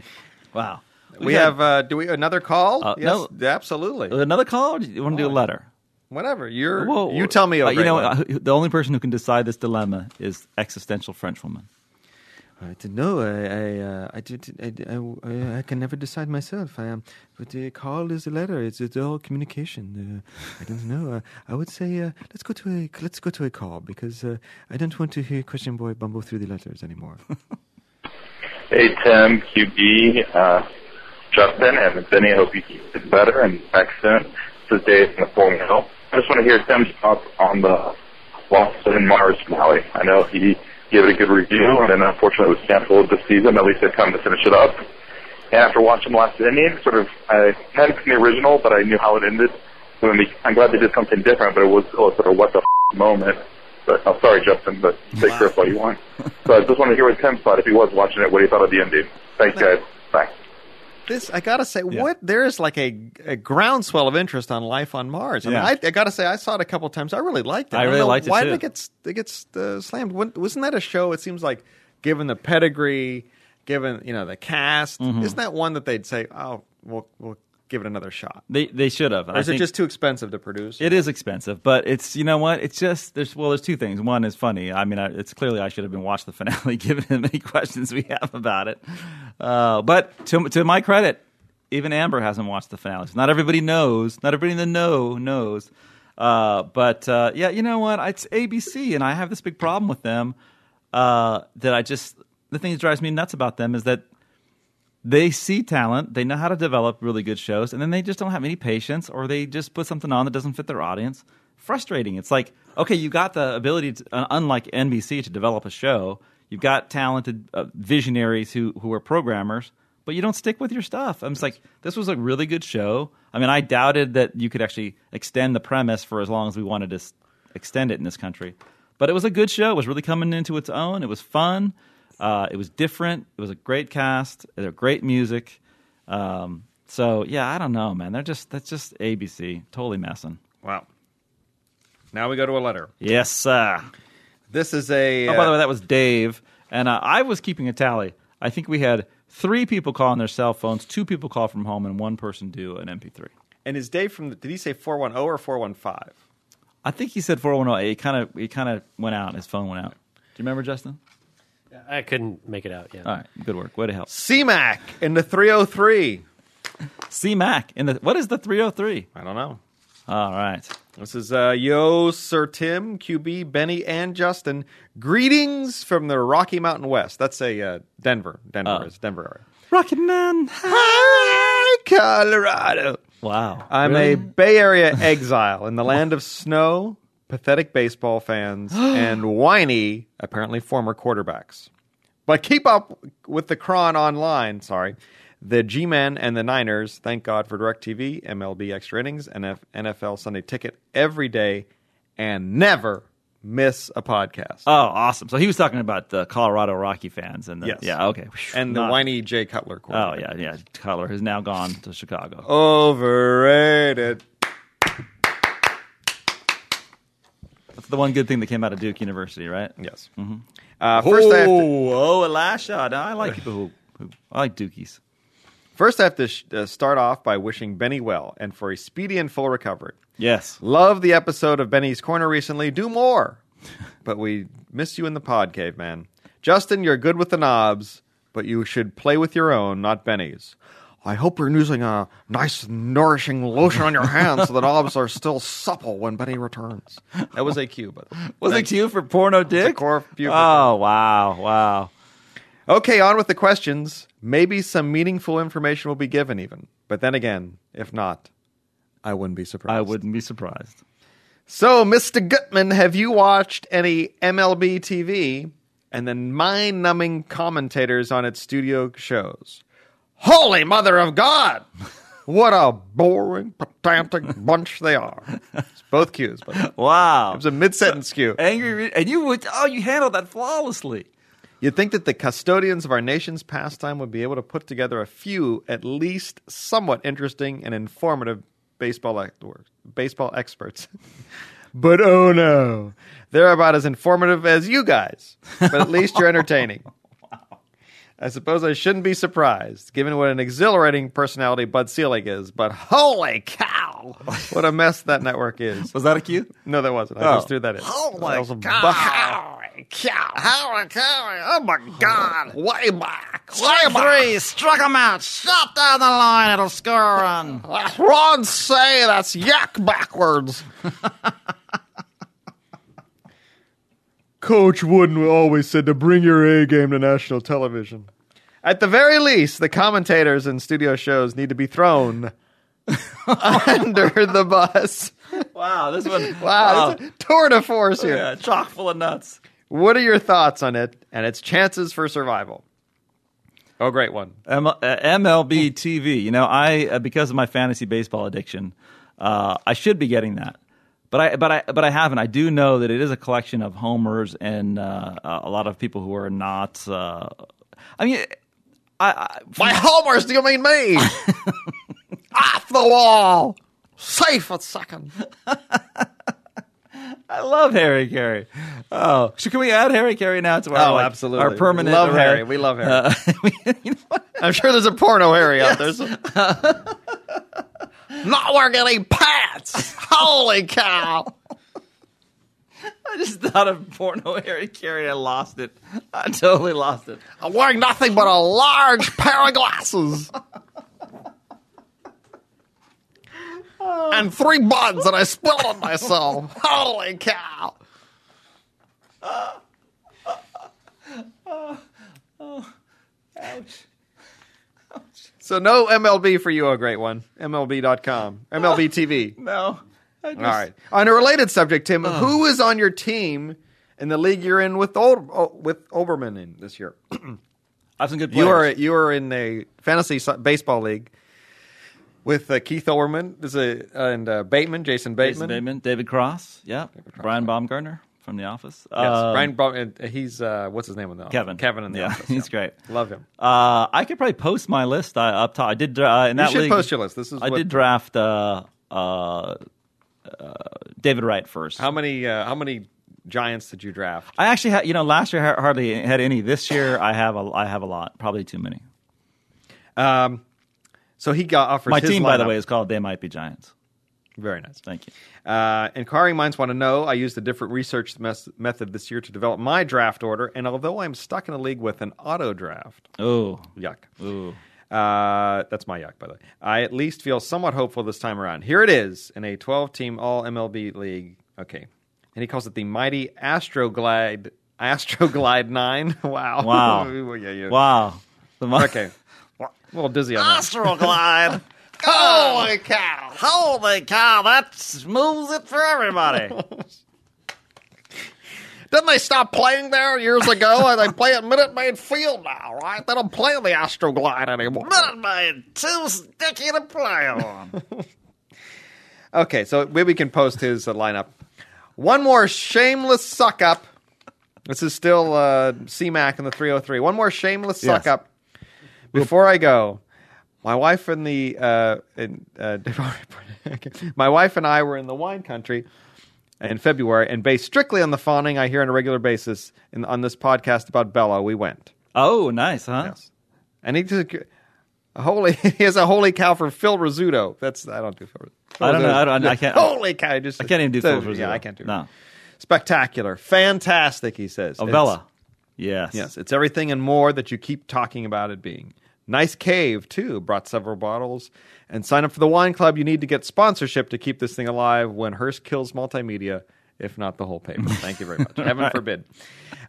wow.
We have uh, do we another call?
Uh,
yes,
no.
absolutely.
another call. Or do you want to do a letter?
Whatever. You're
Whoa,
you tell me. oh,
uh,
Over
you know, uh, who- the only person who can decide this dilemma is existential Frenchwoman.
I don't know. I I, uh, I, did, I, I, I can never decide myself. I am, but the call is a letter. It's, it's all communication. Uh, I don't know. Uh, I would say uh, let's go to a let's go to a call because uh, I don't want to hear Christian Boy bumble through the letters anymore.
Hey Tim, QB, uh, Justin, and Benny. I hope you keep it better and back soon. This is Dave from the Full Mill. I just want to hear Tim's thoughts on the Lost in Mars finale. I know he gave it a good review, and then unfortunately it was canceled this season. At least they come to finish it up. And after watching Last Indian, sort of, I hadn't seen the original, but I knew how it ended. So I'm I'm glad they did something different, but it was still a sort of what the f- moment. But I'm sorry, Justin, but take care of what you want. So I just want to hear what Tim thought, if he was watching it, what he thought of the ending. Thanks, guys. Bye.
this I gotta say,
Yeah.
what there is like a, a groundswell of interest on life on Mars. I
Yeah.
mean, I, I gotta say, I saw it a couple times. I really liked it.
I
don't
really
know
liked it,
Why
too.
did it get s- it gets uh, slammed? When, wasn't that a show? It seems like, given the pedigree, given you know the cast,
Mm-hmm.
isn't that one that they'd say, oh, we'll we'll give it another shot?
They they should have.
Or is it just too expensive to produce?
It is expensive, but it's you know what? It's just there's well, there's two things. One is funny. I mean, I, it's clearly I should have been watched the finale, given the many questions we have about it. Uh, but to to my credit, even Amber hasn't watched the finale. So not everybody knows. Not everybody in the know knows. Uh, but uh, yeah, you know what? It's ABC, and I have this big problem with them. Uh, that I just the thing that drives me nuts about them is that they see talent, they know how to develop really good shows, and then they just don't have any patience or they just put something on that doesn't fit their audience. Frustrating. It's like, okay, you got the ability, to, uh, unlike NBC, to develop a show. You've got talented uh, visionaries who, who are programmers, but you don't stick with your stuff. I'm just like, this was a really good show. I mean, I doubted that you could actually extend the premise for as long as we wanted to s- extend it in this country. But it was a good show. It was really coming into its own. It was fun. Uh, it was different. It was a great cast. They're great music. Um, so yeah, I don't know, man. They're just that's just ABC, totally messing.
Wow. Now we go to a letter.
Yes, sir.
This is a.
Oh, by the
uh,
way, that was Dave, and uh, I was keeping a tally. I think we had three people call on their cell phones, two people call from home, and one person do an MP3.
and is Dave from? The, did he say four one zero or four one five?
I think he said four one zero. It kind of it kind of went out. His phone went out. Do you remember Justin?
I couldn't make it out. Yeah.
Uh.
All right, good work. Way to help.
CMAC in the three zero three.
C Mac in the what is the three hundred three?
I don't know.
All right.
This is uh, Yo, Sir Tim, QB, Benny, and Justin. Greetings from the Rocky Mountain West. That's a uh, Denver. Denver
Oh.
is Denver area.
Rocket Man.
Hi, Colorado.
Wow.
I'm a Bay Area exile in the land of snow, pathetic baseball fans, and whiny, apparently former quarterbacks. But keep up with the Cron online, sorry. The G Men and the Niners, thank God for DirecTV, MLB Extra Innings, NF- NFL Sunday Ticket every day, and never miss a podcast.
Oh, awesome. So he was talking about the Colorado Rocky fans and the,
Yes.
yeah, okay. Whew,
and the
not-
whiny Jay Cutler
Oh
quarterback.
yeah, yeah. Cutler who's now gone to
Oh.
Chicago.
Overrated.
That's the one good thing that came out of Duke University, right?
Yes. Uh, first, I have to,
Mm-hmm. oh, Elisha. Now, I like people who, who I like Dukies.
First, I have to sh- uh, start off by wishing Benny well and for a speedy and full recovery.
Yes.
Love the episode of Benny's Corner recently. Do more. But we miss you in the pod cave, man. Justin, you're good with the knobs, but you should play with your own, not Benny's. I hope you're using a nice, nourishing lotion on your hands so the knobs are still supple when Benny returns. That was AQ, but
Was it you for porno dick?
core view for-
oh wow, wow.
Okay, on with the questions. Maybe some meaningful information will be given, even. But then again, if not, I wouldn't be surprised.
I wouldn't be surprised.
So, Mr. Gutman, have you watched any MLB TV and the mind numbing commentators on its studio shows? Holy Mother of God! What a boring, pedantic bunch they are. It's both cues, but it
Wow.
was a mid sentence cue.
Angry re- and you would oh you handled that flawlessly.
You'd think that the custodians of our nation's pastime would be able to put together a few, at least somewhat interesting and informative baseball ex- baseball experts. but oh no, they're about as informative as you guys. But at least you're entertaining. I suppose I shouldn't be surprised, given what an exhilarating personality Bud Selig is. But holy cow, what a mess that network is!
Was that a cue?
No, that wasn't. I
Oh.
just threw that in.
Holy
That was a
cow.
bu- Holy cow. Oh my God. Way back. Way back.
struck him out, shot down the line, it'll score a run.
That's Ron say that's yak backwards. Coach Wooden always said to bring your A game to national television. At the very least, the commentators in studio shows need to be thrown under the bus.
Wow, this one
Wow, it's a tour de force here.
yeah, chock full of nuts.
What are your thoughts on it and its chances for survival? Oh, great one.
M- uh, MLB TV. You know, I uh, because of my fantasy baseball addiction, uh, I should be getting that, but I but I but I haven't. I do know that it is a collection of homers and uh, a lot of people who are not. Uh, I mean, I,
By homers, do you mean me? Off the wall. Safe at second.
I I love Harry Carey. Oh, so can we add Harry Carey now to our
Oh,
like,
absolutely.
our permanent
Love
array?
Harry. We love Harry.
Uh, you know what?
I'm sure there's a porno Harry out there. so- Not wearing any pants. Holy cow.
I just thought of porno Harry Carey. I lost it. I totally lost it.
I'm wearing nothing but a large pair of glasses. And three buns, and I spilled on myself. Holy cow. So, no MLB for you, a great one. MLB.com, MLB TV.
No. I just,
All right. On a related subject, Tim, who is on your team in the league you're in with Ol- oh, with Oberman in this year?
I have some good players.
You are you are in a fantasy so- baseball league with uh, Keith Oberman, this is a, and uh, Bateman, Jason
Jason
Bateman.
Bateman, David Cross, yeah, Brian Baumgartner from The Office.
Yes,
Um,
Brian. Bo- and he's uh, what's his name in the office?
Kevin.
Kevin in the
yeah,
office.
he's great.
Love him.
Uh, I could probably post my list uh, up top. I did uh, in that
you should
league.
post your list. This is
I
what,
did draft uh, uh, uh, David Wright first.
How many uh, how many Giants did you draft?
I actually had, you know, last year I hardly had any. This year I have a, I have a lot, probably too many.
Um, so he got offered
My
his
team, by the
lineup.
way, is called They Might Be Giants.
very nice.
Thank you.
Uh, inquiring minds want to know. I used a different research mes- method this year to develop my draft order, and although I'm stuck in a league with an auto draft,
Oh,
yuck.
ooh,
Uh, that's my yuck, by the way. I at least feel somewhat hopeful this time around. Here it is in a 12 team All MLB league. Okay. And he calls it the mighty Astroglide Astroglide 9. wow.
Wow.
Well, yeah, yeah.
wow. The mo-
Okay. A little dizzy on that.
Astral glide.
Holy cow.
Holy cow, that smooths it for everybody.
Didn't they stop playing there years ago? And they play at Minute Maid Field now, right? They don't play the Astroglide anymore.
made too sticky to play on.
Okay, so maybe we can post his uh, lineup. One more shameless suck up. This is still uh, CMAC in the 303. One more shameless suck
Yes.
up before I go. My wife and the uh, in, uh, my wife and I were in the wine country in February, and based strictly on the fawning I hear on a regular basis in, on this podcast about Bella, we went.
oh, nice, huh?
Yes. And he just a holy he has a holy cow for Phil Rizzuto. That's I don't do Phil. Phil
I don't know. I don't-
Rizzuto's-
I can't-
Holy cow! I, just,
I can't even do
so-
full
Yeah, I can't do.
No.
Spectacular, fantastic. He says.
Oh,
It's-
Bella. Yes.
Yes, it's everything and more that you keep talking about it being. Nice cave too. Brought several bottles and sign up for the wine club. You need to get sponsorship to keep this thing alive when Hearst kills multimedia, if not the whole paper. Thank you very much. Heaven forbid.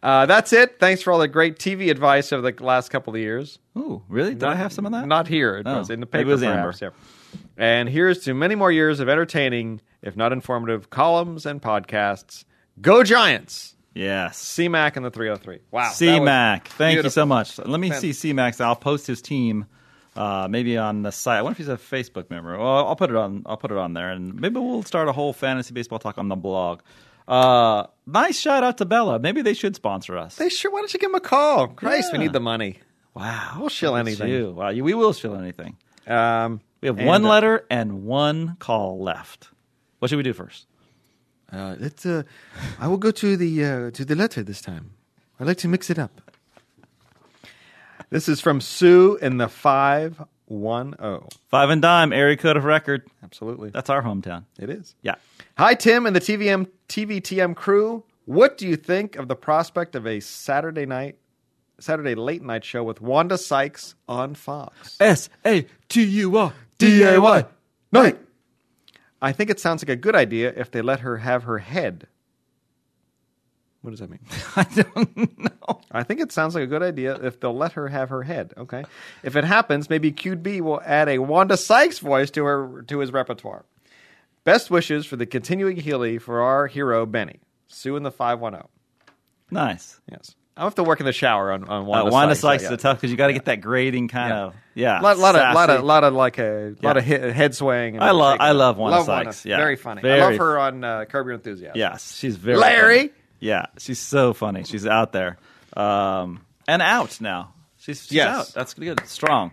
Uh, that's it. Thanks for all the great TV advice over the last couple of years.
Ooh, really? Did I have some of that?
Not here. It
Oh,
was in the
maybe
paper.
it was
perhaps,
Amber.
yeah. And here's to many more years of entertaining, if not informative, columns and podcasts. Go Giants!
Yes.
C-Mac and the 303. Wow.
C Mac. Thank you so
beautiful.
much. Let me see C Mac's. I'll post his team. Uh, maybe on the site. I wonder if he's a Facebook member. Well, I'll put it on. I'll put it on there, and maybe we'll start a whole fantasy baseball talk on the blog. Uh, nice shout out to Bella. Maybe they should sponsor us.
They sure, why don't you give him a call? Christ, we
Yeah.
need the money.
Wow,
We'll shill
look at
anything.
you. Wow, you- we will shill anything.
Um,
We have
and,
one
uh,
letter and one call left. What should we do first?
Uh, let's, uh, I will go to the uh, to the letter this time. I'd like to mix it up. This is from Sue in the five one zero.
Five and dime, area code of record.
Absolutely,
That's our hometown.
it is.
Yeah.
Hi Tim and the TVM TVTM crew. What do you think of the prospect of a Saturday night, Saturday late night show with Wanda Sykes on Fox?
S A T U R
night. I think it sounds like a good idea if they let her have her head. What does that mean?
I don't know.
I think it sounds like a good idea if they'll let her have her head. Okay. If it happens, maybe QB will add a Wanda Sykes voice to her to his repertoire. Best wishes for the continuing healing for our hero Benny. Sue in the five one zero.
Nice.
Yes. I'll have to work in the shower on, on
Uh,
Wanda,
Wanda
Sykes.
Sykes
yeah.
is tough because you got to get that grading kind
Yeah.
of yeah.
lot, lot of lot
sassy.
of lot of like a lot
Yeah.
of he- head swaying. And
I love-
shaking.
I love Wanda Sykes, yeah.
very funny. I
Very
love her on uh, Curb Your Enthusiasm.
Yes, she's very
Larry!
funny. Yeah, she's so funny. She's out there um, and out now. She's, she's
Yes.
out. That's good. Strong.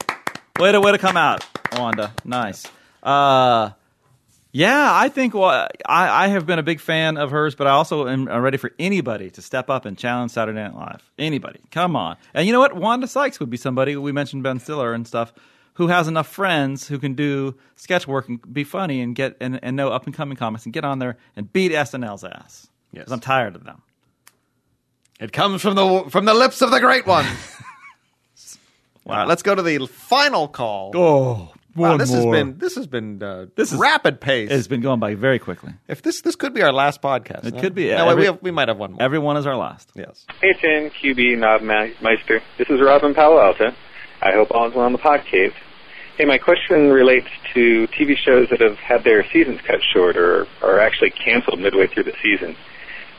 Way to way to come out, Wanda. Nice. Uh, yeah, I think well, I I have been a big fan of hers, but I also am am ready for anybody to step up and challenge Saturday Night Live. Anybody, come on! And you know what? Wanda Sykes would be somebody we mentioned Ben Stiller and stuff, who has enough friends who can do sketch work and be funny and get and, and know up and coming comics and get on there and beat SNL's ass.
Yes.
'Cause I'm tired of them.
It comes from the from the lips of the great one. All right, let's go to the final call.
Oh,
Wow,
one
this
more.
has been this has been uh,
This is-
rapid pace.
It's been going by very quickly.
if this this could be our last podcast,
It
no?
could be.
No, wait,
Every-
we have, we might have one more.
Everyone is our last.
yes,
Hey Tim, QB Knob Ma- Meister. This is Rob in Palo Alto. I hope all is well in the pod cave. Hey, my question relates to TV shows that have had their seasons cut short or are actually canceled midway through the season.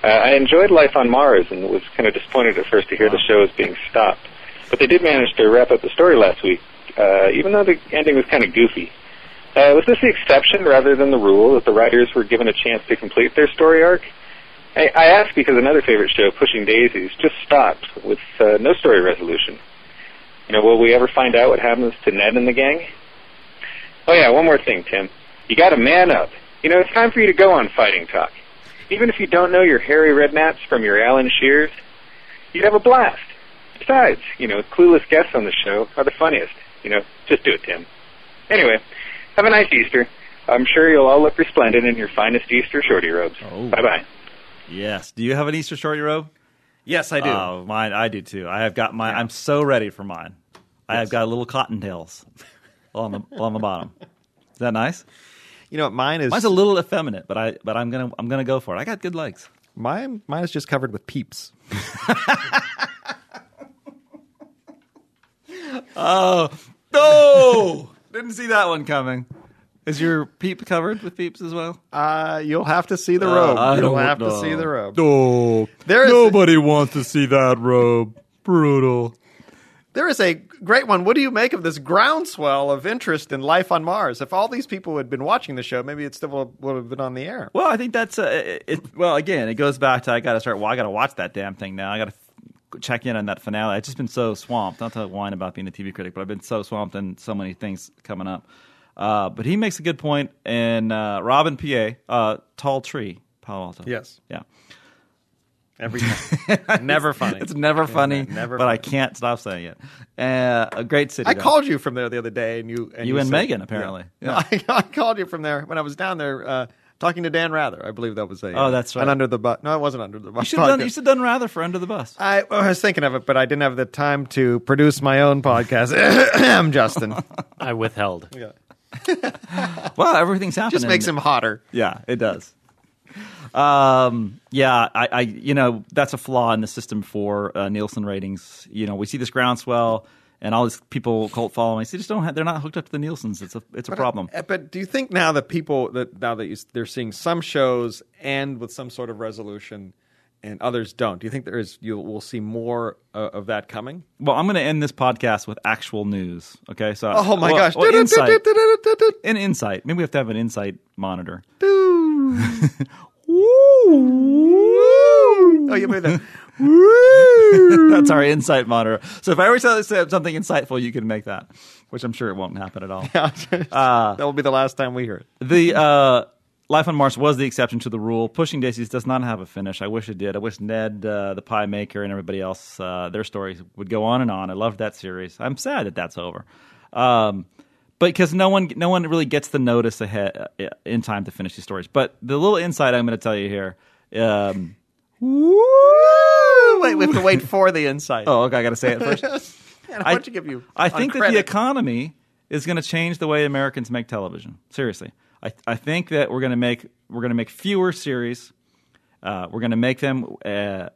Uh, I enjoyed Life on Mars and was kind of disappointed at first to hear the show is being stopped. But they did manage to wrap up the story last week, uh, even though the ending was kind of goofy. Uh, was this the exception rather than the rule that the writers were given a chance to complete their story arc? I, I ask because another favorite show, Pushing Daisies, just stopped with uh, no story resolution. You know, will we ever find out what happens to Ned and the gang? Oh yeah, one more thing, Tim. You got to man up. You know, it's time for you to go on fighting talk. Even if you don't know your hairy rednaps from your Alan Shears, you'd have a blast. Besides, you know, clueless guests on the show are the funniest. You know, just do it, Tim. Anyway, have a nice Easter. I'm sure you'll all look resplendent in your finest Easter shorty robes.
Oh.
Bye bye.
Yes. Do you have an Easter shorty robe?
yes, I do.
Oh, mine. I do too. I have got my. I'm so ready for mine. I have got little cottontails on the on the bottom. Is that nice?
you know, what, mine is
Mine's a little effeminate, but I but I'm gonna I'm gonna go for it. I got good legs.
mine mine is just covered with peeps.
No, didn't see that one coming. Is your peep covered with peeps as well?
Uh, you'll have to see the
Uh,
robe.
I
you'll
don't
have to
know.
see the robe.
Oh,
There is-
nobody wants to see that robe. Brutal.
There is a great one. What do you make of this groundswell of interest in life on Mars? If all these people had been watching the show, maybe it still would have been on the air.
Well, I think that's uh, it, it- Well, again, it goes back to I got to start. Well, I got to watch that damn thing now. I got to f- check in on that finale. I've just been so swamped. Not to whine about being a TV critic, but I've been so swamped in so many things coming up. Uh, but he makes a good point in uh, Robin PA, uh, Tall Tree, Palo Alto.
Yes.
Yeah.
Every time. never funny.
It's never funny,
never
but I
funny.
can't stop saying it. Uh, a great city.
I
though.
called you from there the other day, and you and
You and
said-
Megan, apparently.
Yeah. I, I called you from there when I was down there uh, talking to Dan Rather. I believe that was a uh,
Oh, that's
an
right.
under the bus. No, it wasn't under the bus.
You should have done, you should have done rather for Under the Bus.
I, well, I was thinking of it, but I didn't have the time to produce my own podcast. Justin
I withheld.
Well, everything's happening.
just makes him hotter.
Yeah, it does. Um, yeah, I, I, you know, that's a flaw in the system for uh, Nielsen ratings. You know, we see this groundswell, and all these people cult following. They just don't. Have, they're not hooked up to the Nielsen's. It's a it's a problem.
Uh, But do you think now that people that now that you, s- they're seeing some shows end with some sort of resolution, and others don't? Do you think there is you will see more uh, of that coming?
Well, I'm going to end this podcast with actual news. Okay, so
Oh my
well,
gosh!
well, insight, an insight. Maybe we have to have an insight monitor.
Oh, you made that.
That's our insight monitor. So if I ever tell- say something insightful, you can make that, which I'm sure it won't happen at all.
that will be the last time we hear it.
The uh, Life on Mars was the exception to the rule. Pushing Daisies does not have a finish. I wish it did. I wish Ned, uh, the pie maker, and everybody else, uh, their stories would go on and on. I loved that series. I'm sad that that's over. Um, but because no one, no one really gets the notice ahead uh, in time to finish these stories. But the little insight I'm going to tell you here. Um,
Wait, we have to wait for the insight.
oh, okay. I got to say it first.
and I want to give you.
I
on
think that the
credit.
economy is going to change the way Americans make television. Seriously, I, I think that we're going to make we're going to make fewer series. Uh, we're going to make them uh,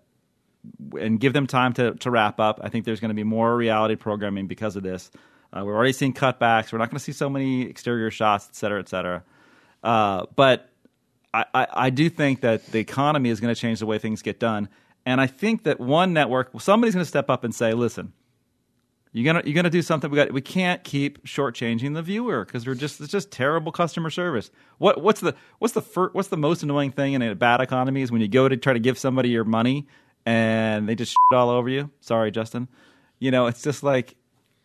and give them time to, to wrap up. I think there's going to be more reality programming because of this. Uh, we're already seeing cutbacks. We're not going to see so many exterior shots, et cetera, et cetera. Uh, but I, I, I do think that the economy is going to change the way things get done. And I think that one network, somebody's going to step up and say, listen, you're gonna you're gonna do something. We got we can't keep shortchanging the viewer because we're just it's just terrible customer service. What what's the what's the fir- what's the most annoying thing in a bad economy is when you go to try to give somebody your money and they just shit all over you. Sorry, Justin. You know it's just like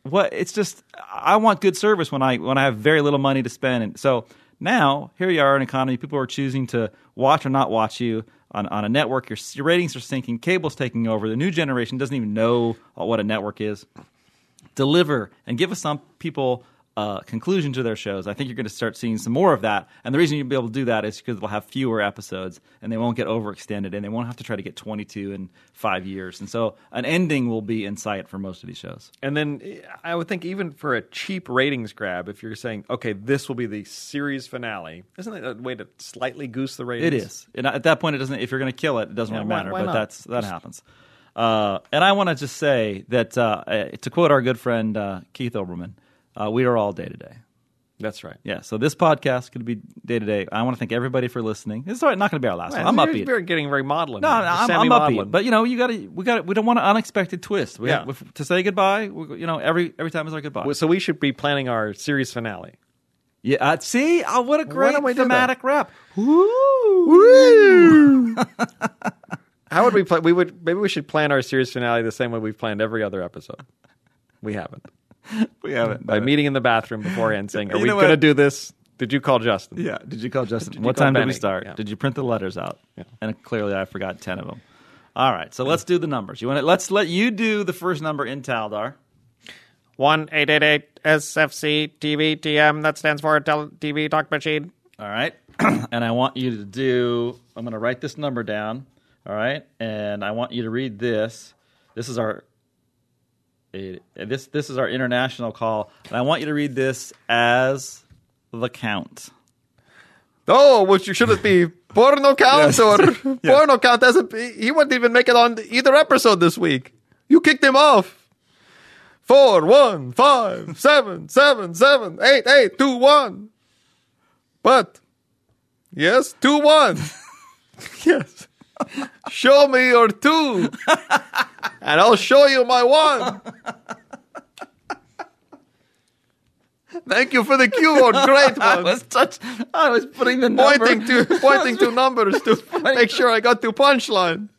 what it's just I want good service when I when I have very little money to spend. And so now here you are in an economy, people are choosing to watch or not watch you on, on a network. Your, s- your ratings are sinking, cable's taking over. The new generation doesn't even know what a network is deliver and give us some people uh, conclusion to their shows. I think you're going to start seeing some more of that. And the reason you'll be able to do that is because they'll have fewer episodes and they won't get overextended and they won't have to try to get 22 in five years. And so an ending will be in sight for most of these shows.
And then eh, I would think even for a cheap ratings grab, if you're saying, okay, this will be the series finale, isn't it a way to slightly goose the ratings?
It is. And at that point, it doesn't. If you're going to kill it, it doesn't
Yeah,
really
why-
matter.
why
but
not?
that's that happens. Uh, and I want to just say that uh, eh, to quote our good friend uh, Keith Oberman, uh, we are all day to day.
That's right.
Yeah, so this podcast could be day to day. I want to thank everybody for listening. It's not going to be our last one. I'm
You're-
upbeat.
You're getting very modeling.
No,
here.
I'm,
Sammy
I'm upbeat.
Maudlin.
But you know, you got to we got we don't want an unexpected twist. We
Yeah.
have, to say goodbye. We, you know, every every time is our goodbye.
so we should be planning our series finale.
yeah, uh, see, oh, what a great
don't we do that?
thematic wrap.
How would we plan? We would maybe we should plan our series finale the same way we've planned every other episode. We haven't
We haven't.
by meeting in the bathroom beforehand, saying, "Are
You
we
know
going to
what?
do this?" Did you call Justin?
Yeah. Did you call Justin?
you
what
call
time did we
Benny?
start?
Yeah.
Did you print the letters out? And clearly, I forgot ten of them. All right, so let's do the numbers. You want to, let's let you do the first number in Taldar.
One eight eight eight SFC TVTM. That stands for Tell TV Talk Machine.
All right. and I want you to do, I'm going to write this number down. All right. And I want you to read this. This is our. eh, this this is our international call, and I want you to read this as the count.
Oh, which you shouldn't be porno count or porno count doesn't. He wouldn't even make it on either episode this week. You kicked him off. Four, one, five, seven, seven, seven, eight, eight, two, one. But yes, two, one. yes. Show me your two, and I'll show you my one. Thank you for the cue, or great one
touch. I was putting the
pointing to pointing to numbers to make sure I got to punchline.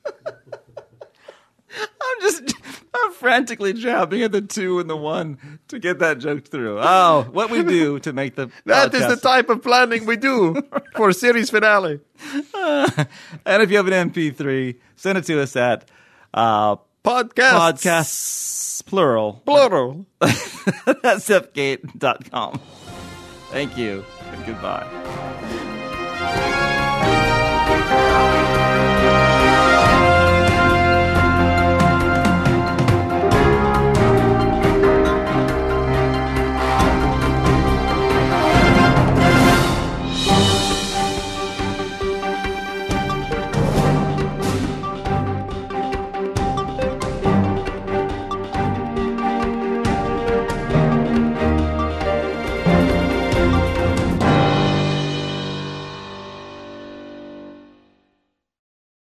I'm just I'm frantically jabbing at the two and the one to get that joke through. Oh, what we do to make the
That is the
podcast-
type of planning we do for series finale.
And if you have an MP3, send it to us at uh,
Podcast
podcasts plural
plural.
That's fgate.com. Thank you and goodbye.